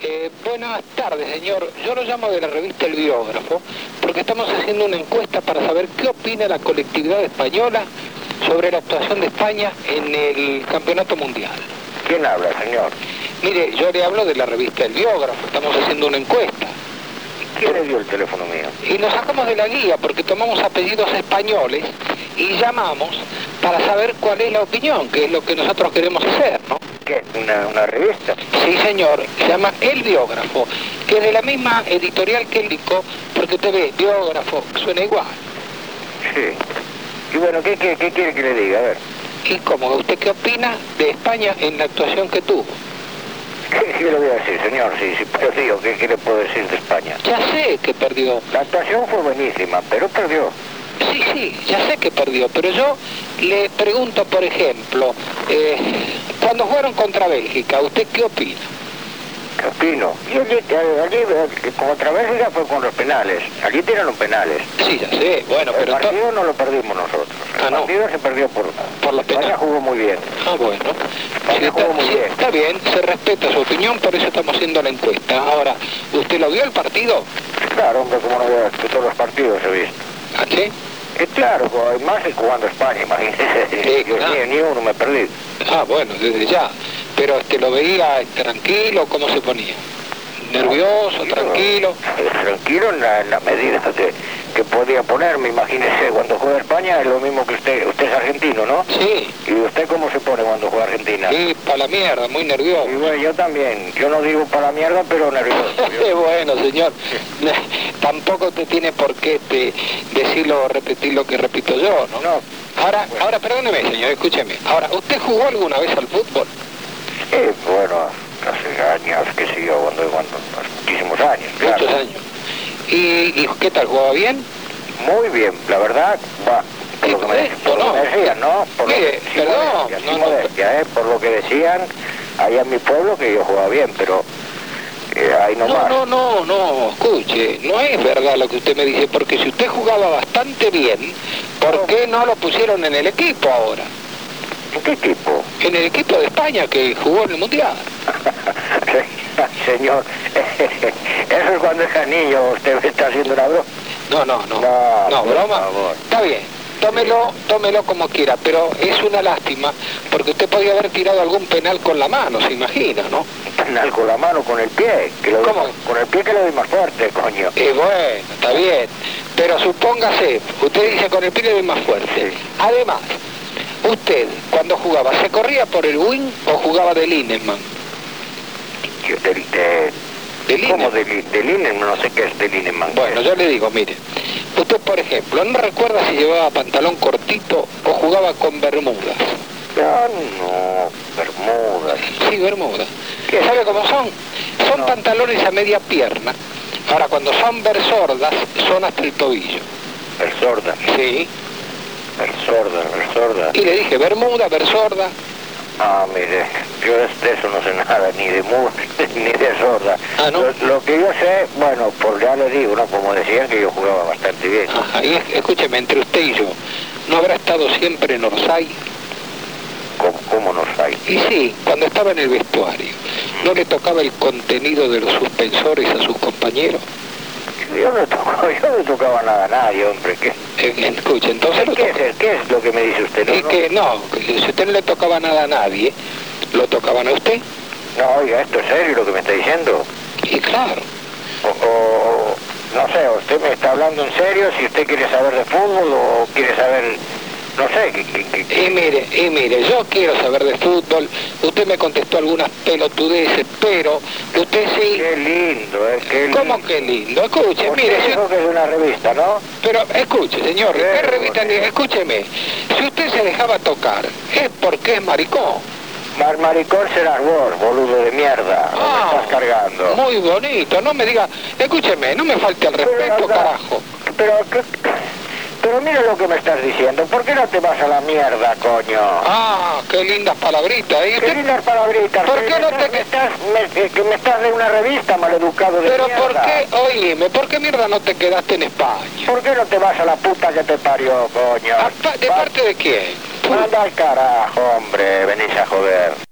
Eh, Buenas tardes, señor. Yo lo llamo de la revista El Biógrafo porque estamos haciendo una encuesta para saber qué opina la colectividad española sobre la actuación de España en el Campeonato Mundial. ¿Quién habla, señor? Mire, yo le hablo de la revista El Biógrafo, estamos haciendo una encuesta. ¿Quién le dio el teléfono mío? Y nos sacamos de la guía porque tomamos apellidos españoles y llamamos para saber cuál es la opinión, que es lo que nosotros queremos hacer, ¿no? ¿Qué? ¿Una, una revista? Sí, señor, se llama El Biógrafo, que es de la misma editorial que el Lico, porque usted ve, biógrafo, suena igual. Sí. Y bueno, ¿qué, qué, qué quiere que le diga? A ver. ¿Y cómo? ¿Usted qué opina de España en la actuación que tuvo? ¿Qué, qué le voy a decir, señor? Sí, sí, pero digo, ¿qué, qué le puedo decir de España? Ya sé que perdió. La actuación fue buenísima, pero perdió. Sí, sí, ya sé que perdió, pero yo le pregunto, por ejemplo, eh, cuando jugaron contra Bélgica, ¿usted qué opina? ¿Qué opino? Yo le- eh, allí, eh, como otra vez ya fue con los penales. Allí tiraron penales. Sí, ya sé, bueno, el pero... to- partido no lo perdimos nosotros. El Ah, no. partido se perdió por... Por los España penales. jugó muy bien. Ah, bueno. Ahí Sí, está, jugó muy sí, bien. está bien, se respeta su opinión, por eso estamos haciendo la encuesta. Ahora, ¿usted lo vio el partido? Claro, hombre, como no veo que todos los partidos he visto. ¿Ah, sí? Eh, claro, co- más que jugando a España, imagínese. Sí, Dios claro. mío, ni uno me perdí. Ah, bueno, desde ya. Pero este, lo veía eh, tranquilo, ¿cómo se ponía? Nervioso, tranquilo. Eh, Tranquilo en la, en la medida que, que podía ponerme, imagínese, cuando juega España es lo mismo que usted, usted es argentino, ¿no? Sí, ¿Y usted cómo se pone cuando juega Argentina? sí, para la mierda, muy nervioso. Y bueno, yo también, yo no digo para mierda, pero nervioso. yo- bueno, señor, tampoco te tiene por qué este, decirlo o repetir lo que repito yo, ¿no? No, Ahora, ahora, perdóneme, señor, escúcheme. Ahora, ¿usted jugó alguna vez al fútbol? sí, Eh, bueno, hace años que siguió, cuando, cuando, hace muchísimos años, claro. Muchos años. ¿Y, y qué tal? ¿Jugaba bien? Muy bien, la verdad, va. Por lo que me, Sí, por lo que no. me decían, ¿no? Por lo Mire, que, sin perdón, modestia, sin no, no, modestia, ¿eh? Por lo que decían allá en mi pueblo que yo jugaba bien, pero eh, ahí no, No, más. no, no, no, escuche, no es verdad lo que usted me dice, porque si usted jugaba bastante bien, ¿por qué no lo pusieron en el equipo ahora? ¿De qué tipo? En el equipo de España que jugó en el Mundial. Señor, eso es cuando es niño, usted me está haciendo una broma. No, no, no. No, por broma. favor. Está bien. Tómelo, tómelo como quiera, pero es una lástima porque usted podía haber tirado algún penal con la mano, se imagina, ¿no? Penal Con la mano, con el pie. Que lo doy- ¿Cómo? con el pie que lo doy más fuerte, coño. Y bueno, está bien. Pero supóngase, usted dice con el pie le doy más fuerte. Sí. Además, usted cuando jugaba, ¿se corría por el win o jugaba de Lineman? Yo- Del, de, De ¿Cómo Lineman. del de Lineman? No sé qué es del Lineman. Bueno, yo le digo, mire, usted por ejemplo, ¿no recuerda si llevaba pantalón cortito o jugaba con bermudas? Ah, no, Bermudas. Sí, bermudas. ¿Qué? ¿Sabe cómo son? Son No. pantalones a media pierna. Ahora, cuando son bersordas, son hasta el tobillo. El sorda, Sí. el sorda, el sorda. Y le dije, bermuda, bersorda. Ah, mire, yo de de eso no sé nada, ni de muda, ni de sorda. Ah, ¿no? lo, lo que yo sé, bueno, por ya le digo, ¿no? Como decían que yo jugaba bastante bien. Ajá, y es- escúcheme, entre usted y yo, ¿no habrá estado siempre en Orsay? ¿Cómo, cómo nos hay? Y sí, cuando estaba en el vestuario, ¿no le tocaba el contenido de los suspensores a sus compañeros? Yo no, toco, yo no tocaba nada a nadie, hombre. ¿Qué, Eh, escuche, entonces lo qué tocaba. es, el- qué es lo que me dice usted? No, Es no, que no, que si usted no le tocaba nada a nadie, lo tocaban a usted. no, oiga, ¿esto es serio lo que me está diciendo? Y claro, O, o- no sé, usted me está hablando en serio si usted quiere saber de fútbol o quiere saber, no sé, que, que- que- Y eh, mire, y mire, yo quiero saber de fútbol. Usted me contestó algunas pelotudeces, pero usted sí. qué lindo, ¿eh? Qué lindo. ¿Cómo que lindo? Escuche, Usted mire, si- dijo que es una revista, ¿no? pero escuche, señor, Sí, ¿qué bueno. revista ni- Escúcheme, si usted se dejaba tocar, es porque es maricón. Mar maricón será arbor, boludo de mierda. no me Ah, estás cargando. Muy bonito, no me diga, escúcheme, no me falte el respeto, anda, carajo. Pero, ¿qué- pero mira lo que me estás diciendo. ¿Por qué no te vas a la mierda, coño? Ah, qué lindas palabritas. ¿eh? Y Qué usted- lindas palabritas. ¿Por que qué me no estás- te- me estás, me, eh, que me estás de una revista, maleducado de pero mierda? ¿por qué, oíme, por qué mierda no te quedaste en España? ¿Por qué no te vas a la puta que te parió, coño? ¿A pa- ¿De Ah, Va- Ah, parte de quién? Manda al carajo, hombre, venís a joder.